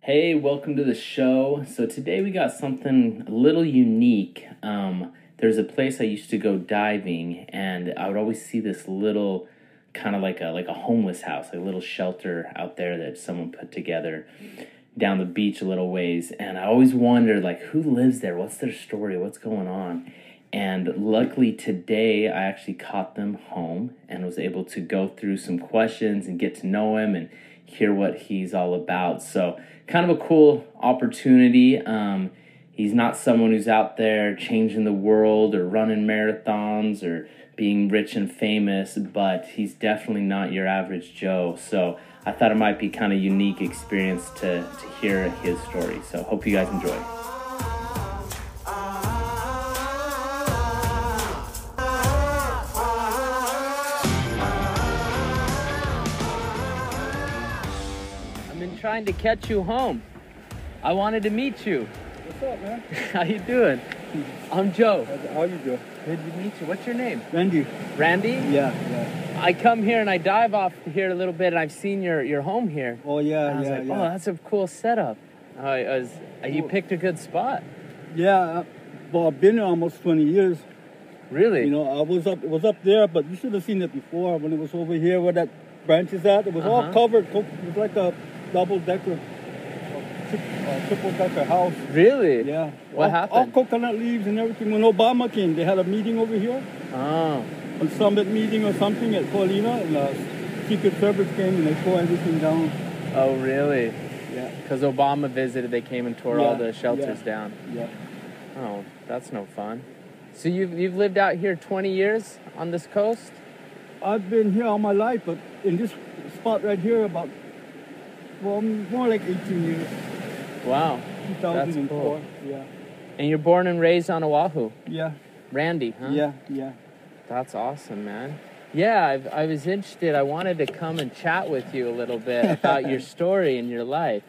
Hey, welcome to the show. So today we got something a little unique. Um, there's a place I used to go diving, and I would always see this little kind of like a like a homeless house, like a little shelter out there that someone put together down the beach a little ways, and I always wondered like who lives there, what's their story, what's going on. And luckily today I actually caught them home and was able to go through some questions and get to know him and hear what he's all about. So, kind of a cool opportunity. Um, he's not someone who's out there changing the world or running marathons or being rich and famous, but he's definitely not your average Joe. So, I thought it might be kind of unique experience to, to hear his story. So, hope you guys enjoy. I've been trying to catch you home. I wanted to meet you. What's up, man? How you doing? I'm Joe. How you doing? Good to meet you. What's your name? Randy. Randy? Yeah, yeah. I come here and I dive off here a little bit, and I've seen your, your home here. Oh, yeah, And I was yeah, like, yeah. oh, that's a cool setup. I was, uh, you Cool. picked a good spot. yeah, I- well, I've been here almost 20 years. Really? You know, I was up, it was up there, but you should have seen it before when it was over here where that branch is at. It was Uh-huh. all covered. co- It was like a double decker, uh, triple decker house. really? Yeah. What all, All happened? coconut leaves and everything. When Obama came, they had a meeting over here, Oh, a summit meeting or something at Paulina, and uh, Secret Service came and they tore everything down. oh, really? Yeah, Because Obama visited, they came and tore all Yeah, the shelters yeah. down. yeah. Oh, that's no fun. So you've you've lived out here 20 years on this coast? I've been here all my life, but in this spot right here, about well, more like 18 years, Wow. 2004. cool. Yeah, And you're born and raised on Oahu, yeah, Randy, huh? yeah, yeah. That's awesome, man. Yeah, I've, I was interested. I wanted to come and chat with you a little bit about your story and your life.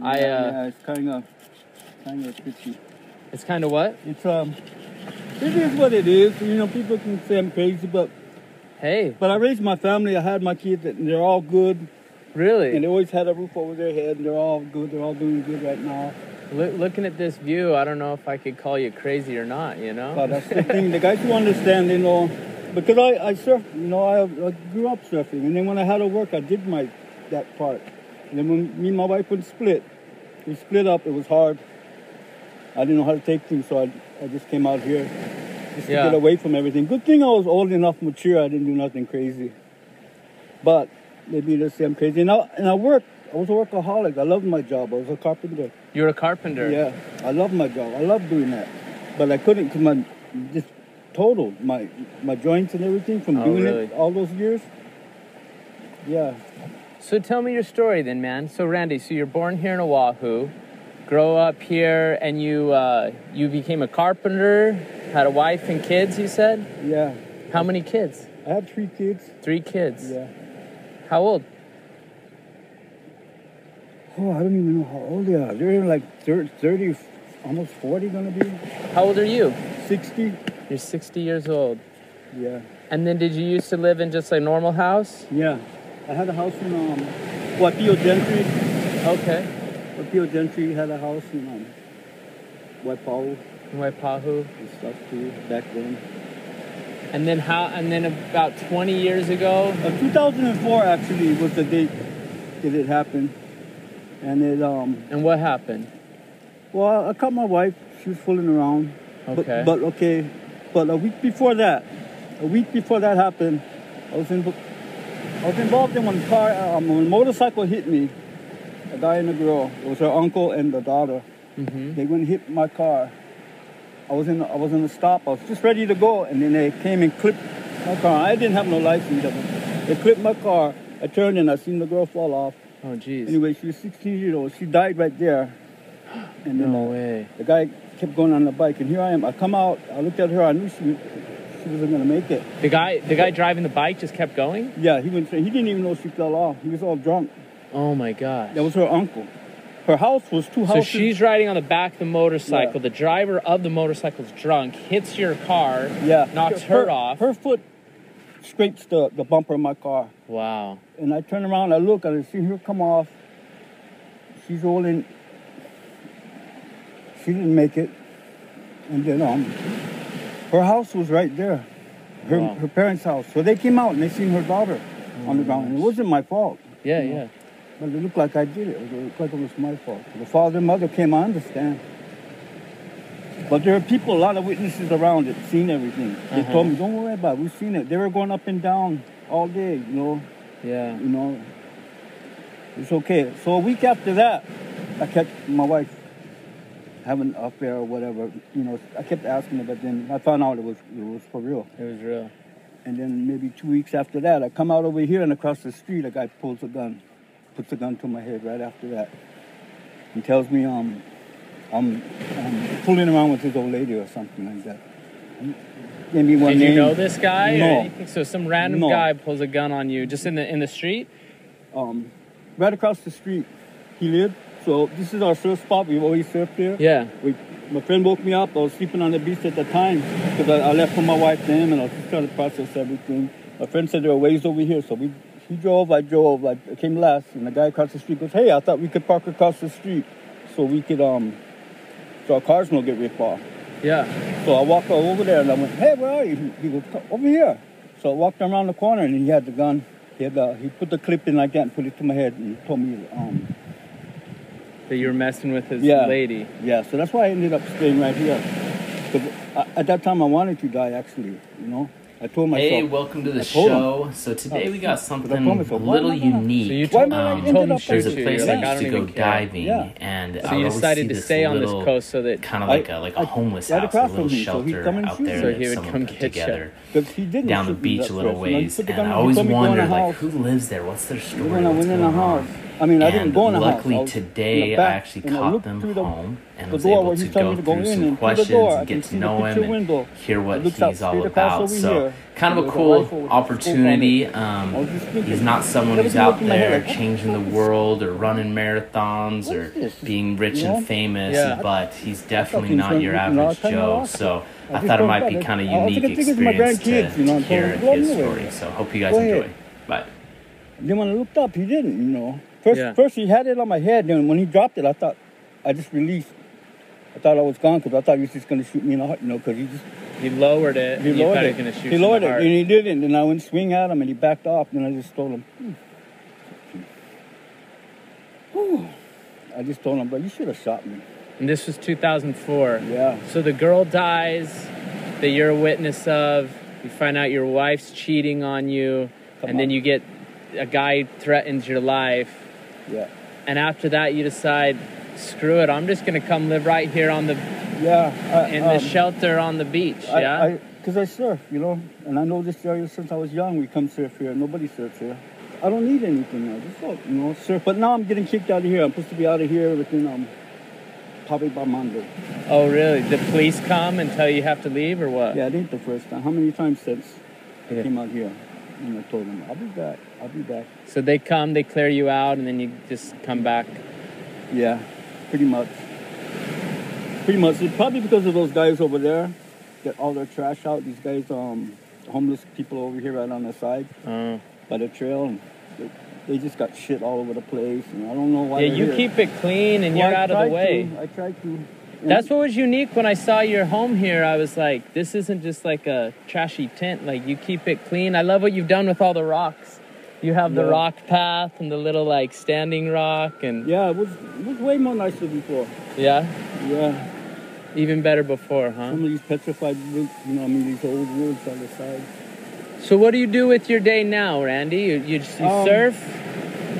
I uh, yeah, yeah, it's kind of kind of bitchy. it's kind of what? It's um, it is what it is. You know, people can say I'm crazy, but Hey, but I raised my family. I had my kids, and they're all good, really? and they always had a roof over their head, and they're all good. They're all doing good right now. Loo- looking at this view, I don't know if I could call you crazy or not. You know? But that's the thing. The guys who understand, you know, because I, I surfed, you know, I, I grew up surfing. And then when I had to work, I did my that part. And then when me and my wife would split, we split up. It was hard. I didn't know how to take things, so I, I just came out here just Yeah. to get away from everything. Good thing I was old enough, mature. I didn't do nothing crazy. But maybe they'll say I'm crazy. And I, and I worked. I was a workaholic. I loved my job. I was a carpenter. You're a carpenter. Yeah, I love my job. I love doing that, but I couldn't because my just total my my joints and everything from Oh, doing really? it all those years. Yeah, So tell me your story then, man. So Randy, so you're born here in Oahu, grow up here, and you uh, you became a carpenter, had a wife and kids. You said yeah. how many kids? I had three kids. Three kids. Yeah. How old? Oh, I don't even know how old they are. They're like thir- 30, almost 40 gonna be. How old are you? 60? You're 60 years old. Yeah. And then did you used to live in just a normal house? Yeah. I had a house in, um, Wapio Gentry. Okay. Wapio Gentry had a house in, um, Waipahu In Waipahu. and stuff too back then. And then how? And then about 20 years ago. Uh, 2004 actually was the date that it happened, and it um And what happened? well I caught my wife. She was fooling around. Okay. But, but okay, but a week before that, a week before that happened, I was in, I was involved in one car. Um, when a motorcycle hit me, a guy and a girl. It was her uncle and the daughter. hmm They went and hit my car. I was in I was in the stop. I was just ready to go, and then they came and clipped my car. I didn't have no license. of it. They clipped my car. I turned and I seen the girl fall off. Oh, geez. Anyway, she was 16 years old. She died right there. And then No uh, way. the guy kept going on the bike, and here I am. I come out. I looked at her. I knew she she wasn't gonna make it. The guy, the guy driving the bike just kept going. Yeah, he went. He didn't even know she fell off. He was all drunk. Oh my gosh. That was her uncle. Her house was So two houses. she's riding on the back of the motorcycle. Yeah. The driver of the motorcycle's drunk, hits your car, yeah knocks her, her off. Her foot scrapes the the bumper of my car. wow. And I turn around, I look, and I see her come off. she's rolling. She didn't make it, and then um, her house was right there, her Wow. Oh, her parents' house. So they came out and they seen her daughter on the ground, and it wasn't my fault. Yeah, yeah. But it looked like I did it. It looked like it was my fault. The father and mother came, I understand. But there are people, a lot of witnesses around it, seen everything. They Uh-huh. told me, don't worry about it. We've seen it. They were going up and down all day, you know, Yeah. you know. It's okay. So a week after that, I kept my wife having an affair or whatever. You know, I kept asking her, but then I found out it was it was for real. It was real. And then maybe two weeks after that, I come out over here and across the street, a guy pulls a gun, puts a gun to my head right after that, and tells me um, I'm, I'm fooling around with his old lady or something like that. Gave me one Did name. you know this guy? or No. anything? So some random No. guy pulls a gun on you just in the in the street. Um, right across the street, he lived. So this is our surf spot. We've always surfed there. Yeah. We, my friend woke me up. I was sleeping on the beach at the time because I, I left for my wife to him and I was just trying to process everything. My friend said there are ways over here, so we he drove, I drove, I came last, and the guy across the street goes, "Hey, I thought we could park across the street, so we could um, so our cars don't get ripped off." Yeah. So I walked over there and I went, "Hey, where are you?" He goes, "Co- "Over here." So I walked around the corner and he had the gun. He had the, he put the clip in like that and put it to my head and told me um, That you were messing with his Yeah. lady. Yeah, so that's why I ended up staying right here. 'Cause I, at that time, I wanted to die, actually, you know? I told myself. Hey, welcome to the I told show. So today we got something told myself, a why little am I gonna- unique. So you Why told, am I um, like you told him ended up There's a Shoot shoot you. place You're I like, I used don't to go even care. diving, Yeah. and So I you would decided to stay on this coast so that kind of I- like a like a I- homeless right house, a across little from me, so he'd shelter come and out shoot there me. So that he would someone come put get you. together 'cause he didn't down the shoot me beach that a little first, and ways, he put the and gun- I he always told me go in wondered the like house. who lives there, what's their story, When I what's went in the going house. on. I mean, I didn't And go in the house. I luckily was in the today I back, actually and I caught looked them through the- home and the was door able where he to told go me to go through in some and through the questions door. I and can get to see the know him picture and window. hear what It looks out he's straight all across about. over So here. kind of a There's a rifle cool with a scope on opportunity. I Um, was just thinking, he's not someone who's everything out went in my head, there like, what the changing the fuck is- world or running marathons What or is this? being rich You know? and famous, Yeah. but he's definitely he was not gonna your be- you know, I average kinda Joe. lost it. I So I just thought it don't might got be it. kind of I was unique thinking it's my experience grandkids, you know, to I'm hear telling you, his anyway. story. So hope you guys Go ahead. enjoy. Bye. Then when I looked up, he didn't, you know. First, Yeah. first he had it on my head. Then when he dropped it, I thought, I just released. I thought I was gone because I thought he was just going to shoot me in the heart, you know, because he just He lowered it. he and you lowered thought it. he was gonna shoot he you in lowered the it, heart. and he didn't. And I went swing at him, and he backed off. And I just told him, "Hmm. Whew." I just told him, but you should have shot me. And this was 2004. Yeah. So the girl dies that you're a witness of. You find out your wife's cheating on you, Come and then on. you get a guy threatens your life. Yeah, And after that, you decide, screw it. I'm just gonna come live right here on the yeah. I, in um, the shelter on the beach. I, yeah. Because I, surf, you know, and I know this area since I was young. We come surf here. Nobody surfs here. I don't need anything now. Just look, you know, surf. But now I'm getting kicked out of here. I'm supposed to be out of here within um, probably by Monday. oh really? The police come and tell you you have to leave or what? Yeah, it ain't the first time. How many times since Yeah. I came out here? And I told them, I'll be back. I'll be back. So they come, they clear you out, and then you just come back. Yeah, pretty much. Pretty much. It's probably because of those guys over there that all their trash out. These guys, um, homeless people over here right on the side. Oh. by the trail and they, they just got shit all over the place and I don't know why. Yeah, they're you here. keep it clean and Well, you're I out of the tried way. To, I tried to. and- That's what was unique when I saw your home here. I was like, this isn't just like a trashy tent. Like you keep it clean. I love what you've done with all the rocks. You have the Yeah. rock path and the little like standing rock and yeah. Yeah, it was it was way more nicer before. Yeah, even better before, huh? some of these petrified woods, you know, I mean these old woods on the side. So what do you do with your day now, Randy? You you, just, you Um, surf?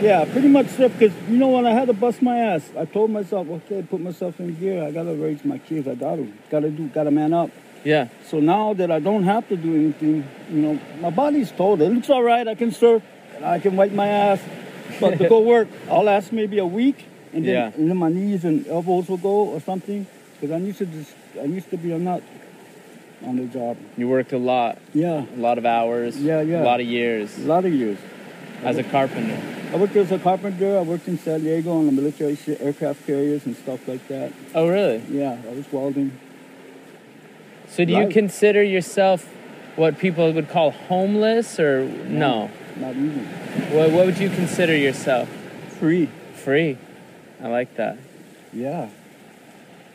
Yeah, pretty much stuff. Cause you know when I had to bust my ass, I told myself, okay, put myself in gear. I gotta raise my kids. I got to, gotta do, gotta man up. Yeah. So now that I don't have to do anything, you know, my body's told it looks all right. I can surf, and I can wipe my ass. But to go work, I'll last maybe a week, and then, Yeah. and then my knees and elbows will go or something. Because I used to just, I used to be a nut on the job. You worked a lot, Yeah, a lot of hours. Yeah, yeah. A lot of years a lot of years. as a carpenter. I worked as a carpenter. I worked in San Diego on the military shi aircraft carriers and stuff like that. Oh, really? Yeah, I was welding. So do you Life. consider yourself what people would call homeless or Mm. no? Not even What, what would you consider yourself? free. Free. I like that. Yeah.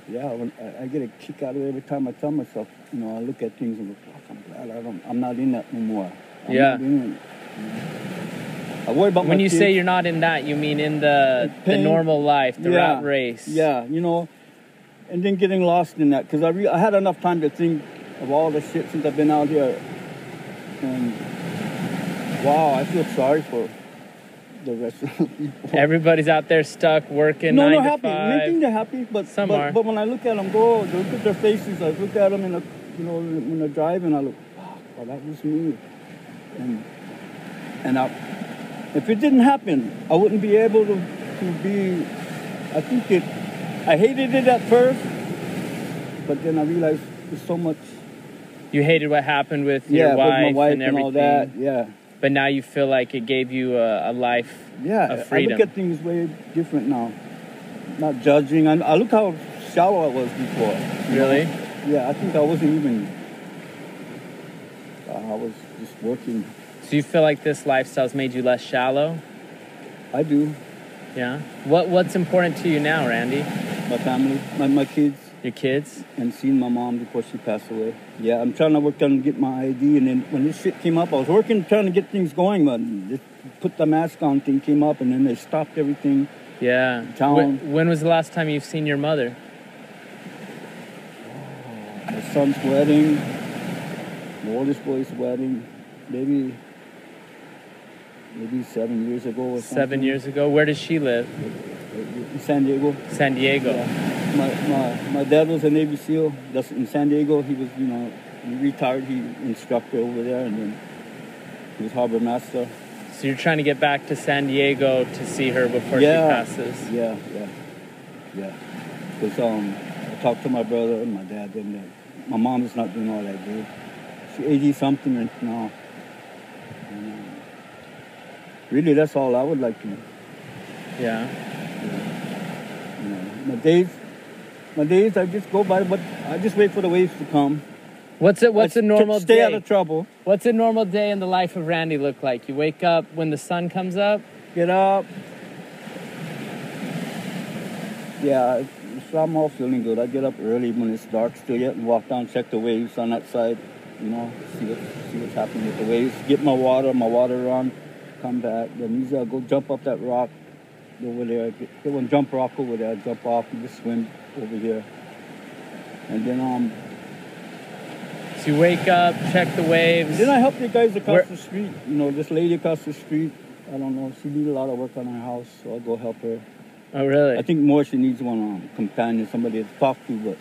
Yeah, when I, I get a kick out of it every time I tell myself, you know, I look at things and go, "Fuck, I'm glad I don't, I'm not in that no more. I'm Yeah. not in it. I worry about When my you say kids. you're not in that, you mean in the the Pain. normal life, the Yeah. rat race. Yeah, you know, and then getting lost in that because I re- I had enough time to think of all the shit since I've been out here, and wow, I feel sorry for the rest of the people. Everybody's out there stuck working no, nine no, to happy. five. Making they're happy, but Some but, are. but when I look at them, go look at their faces. I look at them in a you know when they're driving. I look, wow, well, that was me, and and I, if it didn't happen, I wouldn't be able to to be. I think it. I hated it at first, but then I realized there's so much. You hated what happened with Yeah, your with my wife, wife and everything, all that. Yeah, but now you feel like it gave you a, a life. yeah. Of I freedom. look at things way different now. Not judging. I, I look how shallow I was before. you know? Really? Yeah, I think I wasn't even. uh, I was just working. So you feel like this lifestyle's made you less shallow? I do Yeah. What What's important to you now, Randy? my family, my, my kids, Your kids? and seeing my mom before she passed away. Yeah, I'm trying to work on get my ID, and then when this shit came up, I was working trying to get things going, but this put the mask on thing came up, and then they stopped everything. Yeah. Tell Wh- When, 'em. was the last time you've seen your mother? My son's wedding, my oldest boy's wedding, maybe maybe seven years ago or Seven something. years ago. Where does she live? in San Diego. San Diego. Yeah. My, my, my dad was a Navy SEAL. That's in San Diego. He was, you know, he retired. He instructor over there, and then he was harbor master. So you're trying to get back to San Diego to see her before Yeah. she passes. Yeah, yeah, yeah. Because um, I talked to my brother and my dad, and uh, my mom is not doing all that good. She's 80 something right now. And, um, really, that's all I would like to. Yeah. You know, my days, my days, I just go by, but I just wait for the waves to come. What's it? What's I a normal stay day? out of trouble. What's a normal day in the life of Randy look like? You wake up when the sun comes up. Get up. Yeah, so I'm all feeling good. I get up early when it's dark still yet and walk down, check the waves on that side, you know, see what see what's happening with the waves. Get my water, my water on, come back. Then usually I'll go jump up that rock over there. Get, get one jump rock over there, jump off and just swim over here. And then um So you wake up, check the waves. then I helped the guys across Where- the street. You know, this lady across the street, I don't know, she needed a lot of work on her house, so I'll go help her. oh, really? I think more she needs one um, companion, somebody to talk to. But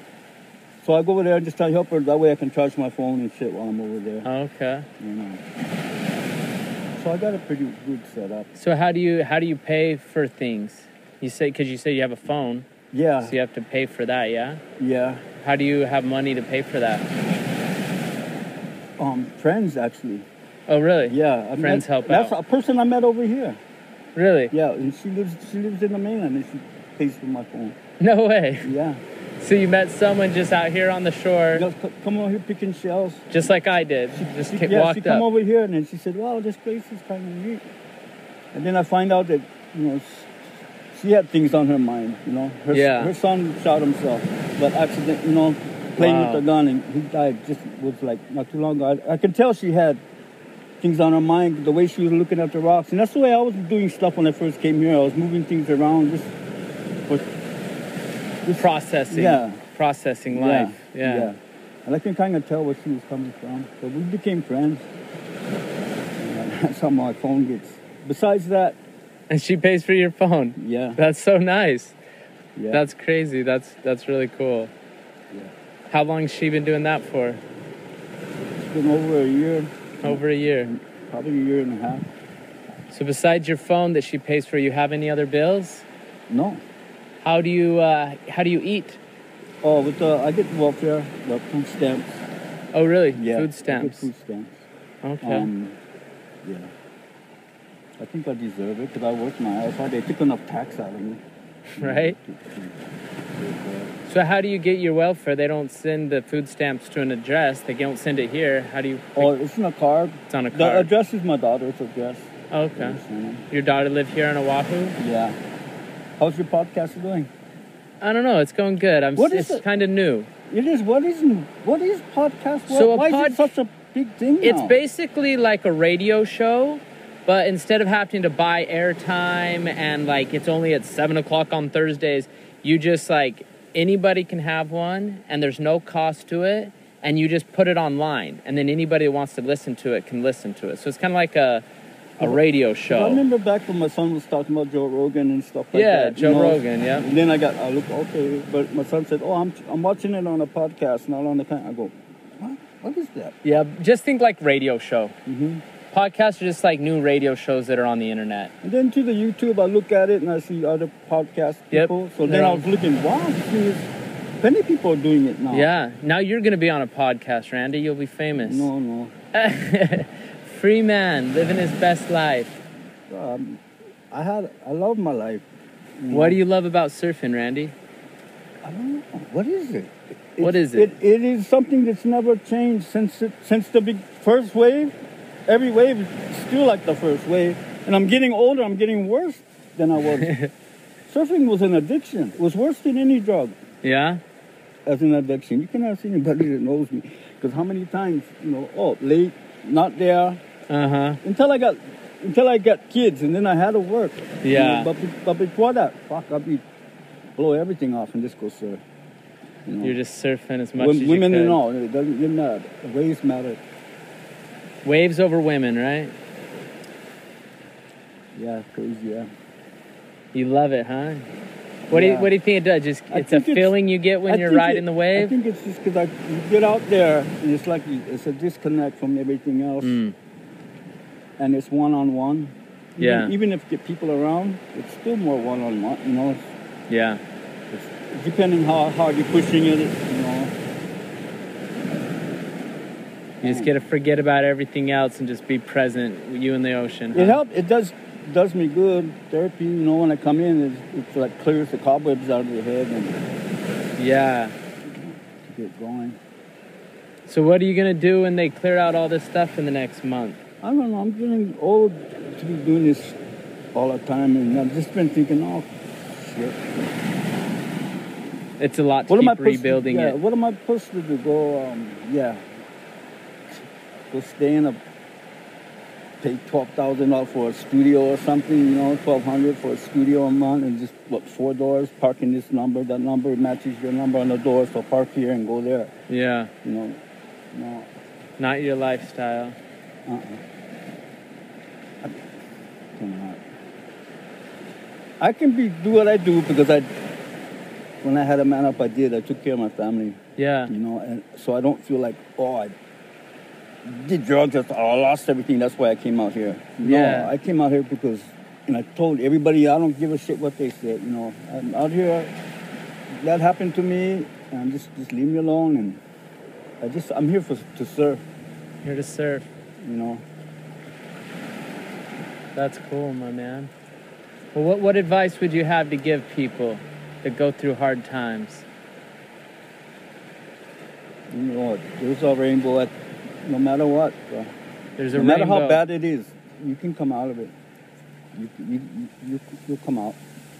so I go over there and just try to help her. That way I can charge my phone and shit while I'm over Uh-huh. there. okay. You know. So I got a pretty good setup. So how do you how do you pay for things? You say because you say you have a phone, Yeah, so you have to pay for that. Yeah. yeah. How do you have money to pay for that? Um, friends actually. Oh, really? Yeah, I Friends met, help That's out. a person I met over here. Really? Yeah, and she lives. She lives in the mainland, and she pays for my phone. No way. Yeah, So you met someone just out here on the shore, just c- come over here picking shells. just like I did. Just She, ca- yeah, walked she up. come over here and then she said, "Wow, this place is kind of neat." And then I find out that you know sh- she had things on her mind. You know, her, Yeah. her son shot himself, but accident. You know, playing Wow. with the gun and he died. Just was like not too long ago. I, I could tell she had things on her mind. The way she was looking at the rocks, and that's the way I was doing stuff when I first came here. I was moving things around. Just processing. Yeah. Processing life. Yeah. And I can kind of tell where she was coming from. But we became friends. And that's how my phone gets. Besides that, And she pays for your phone. yeah. That's so nice. yeah. That's crazy. That's that's really cool. Yeah. How long's she been doing that for? It's been over a year, Over a year. probably a year and a half. So besides your phone that she pays for, you have any other bills? No. How do you uh, how do you eat? Oh, with the, I get welfare, the food stamps. Oh, really? Yeah. Food I get stamps. food stamps. Okay. Um, yeah. I think I deserve it because I worked my ass off. They took enough tax out of me. Right. So how do you get your welfare? They don't send the food stamps to an address. They don't send it here. How do you? Oh, it's in a card. it's on a The card. address is my daughter's address. okay. Shannon. Your daughter lived here in Oahu. Yeah. How's your podcast going? I don't know. It's going good. I'm. What is it's it? kind of new. It is. What is? What is podcast? What, So a why pod- is it such a big thing? It's now? basically like a radio show, but instead of having to buy airtime and like it's only at seven o'clock on Thursdays, you just like anybody can have one and there's no cost to it, and you just put it online, and then anybody that wants to listen to it can listen to it. So it's kind of like a a radio I show. remember back when my son was talking about Joe Rogan and stuff like Yeah, that. you Joe know. Rogan. Yeah. And then I got, I look, okay, but my son said, oh, I'm, I'm watching it on a podcast, not on the kind. I go, what? What is that? Yeah, just think like radio show. hmm Podcasts are just like new radio shows that are on the internet. And then to the YouTube, I look at it and I see other podcast Yep. people. So then They're I on- was looking, wow, there's many people are doing it now. Yeah, now you're gonna be on a podcast, Randy. You'll be famous. No, no. Free man, living his best life. Um, I had, I love my life. What do you love about surfing, Randy? I don't know. What is it? What It's- is it? It is something that's never changed since it, since the big first wave. Every wave is still like the first wave, and I'm getting older. I'm getting worse than I was. Surfing was an addiction. It was worse than any drug Yeah? as an addiction. You cannot see anybody that knows me, because how many times you know? Oh, late, not there. Uh huh. Until I got until I got kids, and then I had to work. You Yeah. know, but, be- but before that, fuck, I'd be blow everything off and just go surf. You know? You're just surfing as much Wom- as you women could. and all. It doesn't, it matter. The waves matter. Waves over women, right? Yeah, crazy. Yeah. You love it, huh? What do you Yeah. What do you think it does? Just I it's a think it's- feeling you get when I you're think riding it- the I wave. think it's just because you get out there and it's like you- it's a disconnect from everything else, Mm. and it's one on one. Yeah. Even if you get people around, it's still more one on one. You know, it's, Yeah. it's depending how hard you're pushing it. You know. You just get to forget about everything else and just be present. You and the ocean. It huh? helps. It does does me good. Therapy. You know, when I come in, it's, it's like clears the cobwebs out of your head and Yeah. you get going. So what are you gonna do when they clear out all this stuff in the next month? I don't know. I'm getting old to be doing this all the time, and I've just been thinking, oh, shit. It's a lot to What am I keep supposed to- rebuilding yeah, it. What am I supposed to do? Go, um, yeah, go stay in a pay twelve thousand dollars for a studio or something. You know, twelve hundred for a studio a month, and just what four doors, parking this number, that number matches your number on the door, so park here and go there. Yeah. You know, no. Not your lifestyle. Uh-uh. I cannot. I can be do what I do because I, when I had a man up, I did. I took care of my family, Yeah. you know, and so I don't feel like oh I did drugs. that's- oh, I lost everything. That's why I came out here. No, Yeah. I came out here because, and I told everybody I don't give a shit what they said. You know, I'm out here. That happened to me, and just just leave me alone. And I just I'm here for to serve. Here to surf. You know. That's cool, my man. Well, what, what advice would you have to give people that go through hard times? You know, there's a rainbow at, no matter what. bro. There's a No matter rainbow. how bad it is, you can come out of it. You, you, you, you, you'll come out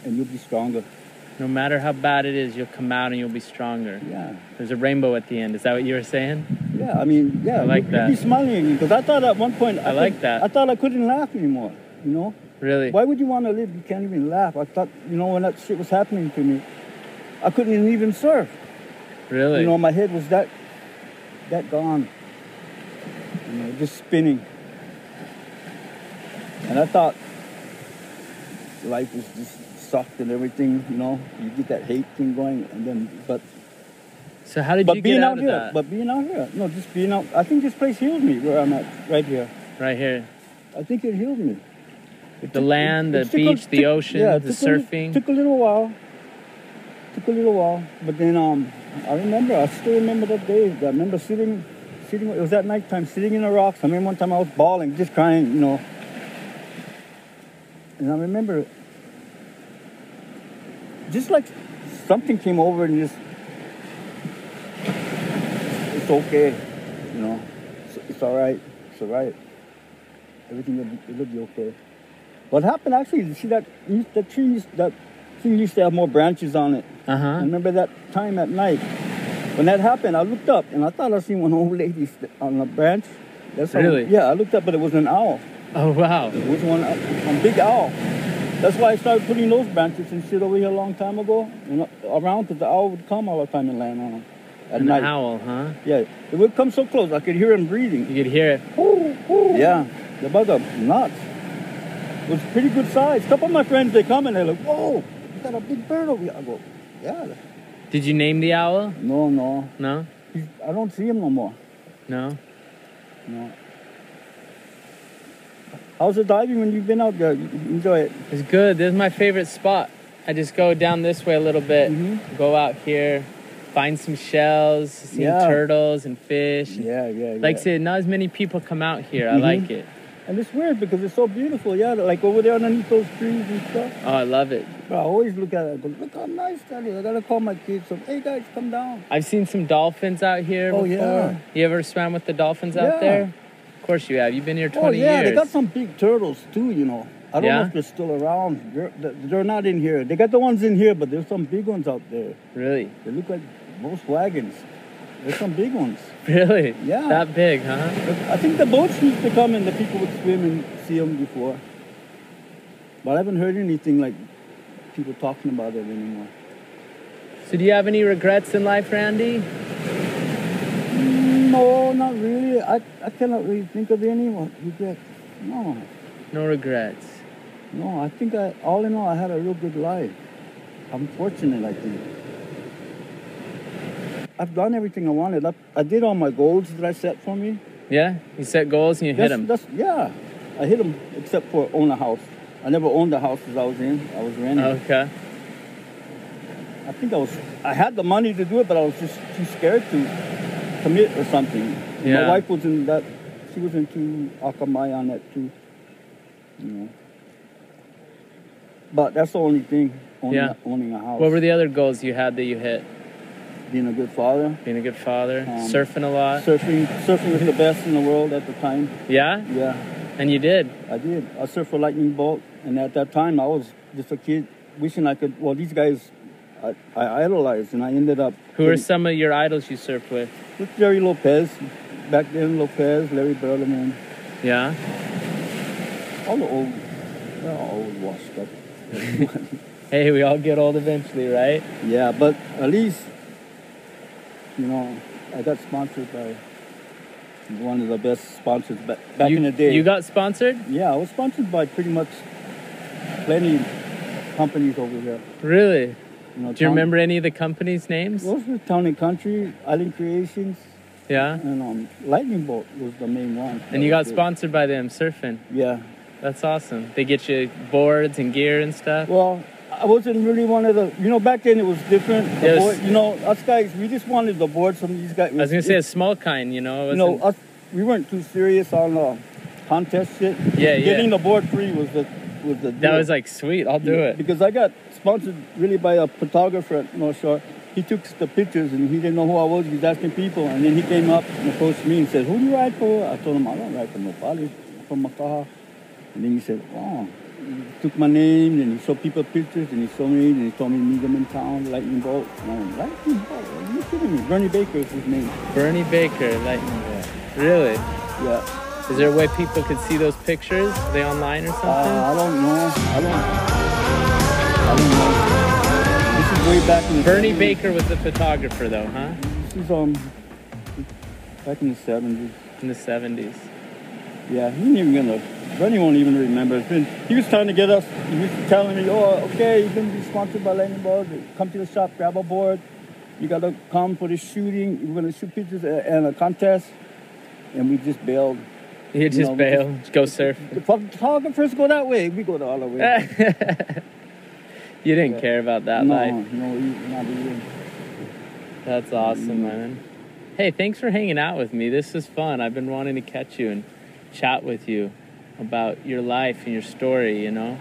and you'll be stronger. No matter how bad it is, you'll come out and you'll be stronger. Yeah. There's a rainbow at the end. Is that what you were saying? Yeah, I mean, yeah. I like you'll, that. You'll be smiling because I thought at one point. I like couldn't- that. I thought I couldn't laugh anymore, you know? Really? Why would you want to live? You can't even laugh. I thought, you know, when that shit was happening to me, I couldn't even surf. Really? You know, my head was that, that gone. You know, just spinning. And I thought life was just sucked and everything. You know, you get that hate thing going, and then but so how did but you being get out, out, of here, that? but being out here, no, just being out. I think this place healed me where I'm at right here. right here. I think it healed me. It The took- land, the took a- beach, the took- ocean, yeah, it the took a li- surfing. took a little while. Took a little while, but then um, I remember. I still remember that day. I remember sitting, sitting. It was that nighttime, sitting in the rocks. I remember one time I was bawling, just crying, you know. And I remember, just like something came over and just, it's okay, you know. It's, it's all right. It's all right. Everything will be, it'll be okay. What happened actually? You see that that tree, that thing used to have more branches on it. Uh I huh. remember that time at night when that happened. I looked up and I thought I seen one old lady st- on a branch. That's how- Really? yeah, I looked up, but it was an owl. Oh wow. It was one a big owl. That's why I started putting those branches and shit over here a long time ago. You know, around because the owl would come all the time and land on them at An night. owl, huh? Yeah, it would come so close I could hear him breathing. You could hear it. Yeah, the bug up nuts. It was pretty good size. couple of my friends they come and they're like, "Whoa, you got a big bird over here." I go, "Yeah, Did you name the owl? no, no, No. He's, I don't see him no more." No. No. How's the diving when you've been out there? You enjoy it? It's good. This is my favorite spot. I just go down this way a little bit, Mhm. go out here, find some shells, see Yeah. turtles and fish. Yeah, yeah, yeah. Like I said, not as many people come out here. Mhm. I like it. And it's weird because it's so beautiful. Yeah, like over there underneath those trees and stuff. Oh, I love it. But I always look at it. I go, look how nice that is. I gotta call my kids. Up. Hey guys, come down. I've seen some dolphins out here. Oh, before. yeah. You ever swam with the dolphins Yeah. out there? Of course you have. You've been here 20 Oh yeah, years. they got some big turtles too. You know. I don't Yeah? know if they're still around. They're, they're not in here. They got the ones in here, but there's some big ones out there. Really? They look like most wagons. There's some big ones. Really? Yeah. That big, huh? But I think the boats used to come and the people would swim and see them before. But I haven't heard anything like people talking about it anymore. So do you have any regrets in life, Randy? No, not really. I, I cannot really think of anyone regret. No, No regrets. no. I think I, all in all, I had a real good life. I'm fortunate, I think. I've done everything I wanted. I, I did all my goals that I set for me. Yeah? You set goals and you hit That's- them. That's, yeah, I hit them except for own a house. I never owned the houses I was in. I was renting. Okay. I think I was I had the money to do it, but I was just too scared to commit or something. Yeah. My wife was in that she was into Akamai on that too. You know. But that's the only thing. Owning, Yeah. owning a house. What were the other goals you had that you hit? Being a good father. Being a good father, Um, surfing a lot. Surfing surfing was the best in the world at the time. yeah? Yeah, And you did. I did. I surfed for lightning bolt and at that time I was just a kid wishing I could well these guys I, I idolized and I ended up Who are getting- some of your idols you surfed with? with Jerry Lopez, back then Lopez, Larry Berleman, Yeah? all the old, they're all old washed up. Hey, we all get old eventually, right? Yeah, but at least, you know, I got sponsored by one of the best sponsors back, back you, in the day. You got sponsored? yeah, I was sponsored by pretty much plenty of companies over here. Really? You know, Do you Town- remember any of the companies' names? Those were Town and Country, Island Creations, Yeah. and um, Lightning Bolt was the main one. And you got Yeah. sponsored by them surfing. Yeah. That's awesome. They get you boards and gear and stuff. Well, I wasn't really one of the. You know, back then it was different. The Yes. board- you know, us guys, we just wanted the board. Some of these guys. I was gonna say a small kind, you know. you it know, wasn't- us. We weren't too serious on uh, contest shit. Yeah, yeah. Getting the board free was the was the. that deal. was like sweet. I'll do it. Because I got sponsored really by a photographer at North Shore. He took the pictures and he didn't know who I was. He was asking people, and then he came up and approached me and said, "Who do you ride for?" I told him, "I don't ride for nobody. I'm from Makaha." And then he said, "Oh." He took my name and he showed people pictures and he showed me and he told me meet him in town, Lightning Bolt. And I went, Lightning Bolt? Are you kidding me? Bernie Baker is his name. Bernie Baker, like, really? Yeah. Is there a way people could see those pictures? Are they online or something? Uh, I don't know. I don't. I don't know. This is way back in the Bernie 70s. Baker was the photographer, though, huh? This is um back in the seventies. In the '70s. Yeah, he ain't even gonna. Bernie won't even remember. It's been, he was trying to get us. He was telling me, "Oh, okay, you're gonna be sponsored by Lightning Bolt. Come to the shop, grab a board. You gotta come for the shooting. We're gonna shoot pictures a- and a contest." And we just bailed. You just we bail, go surf. The photographers go that way. We go the other way. you didn't care about that no, life. no, we- not really. That's awesome, man. Hey, thanks for hanging out with me. This is fun. I've been wanting to catch you and chat with you about your life and your story, you know?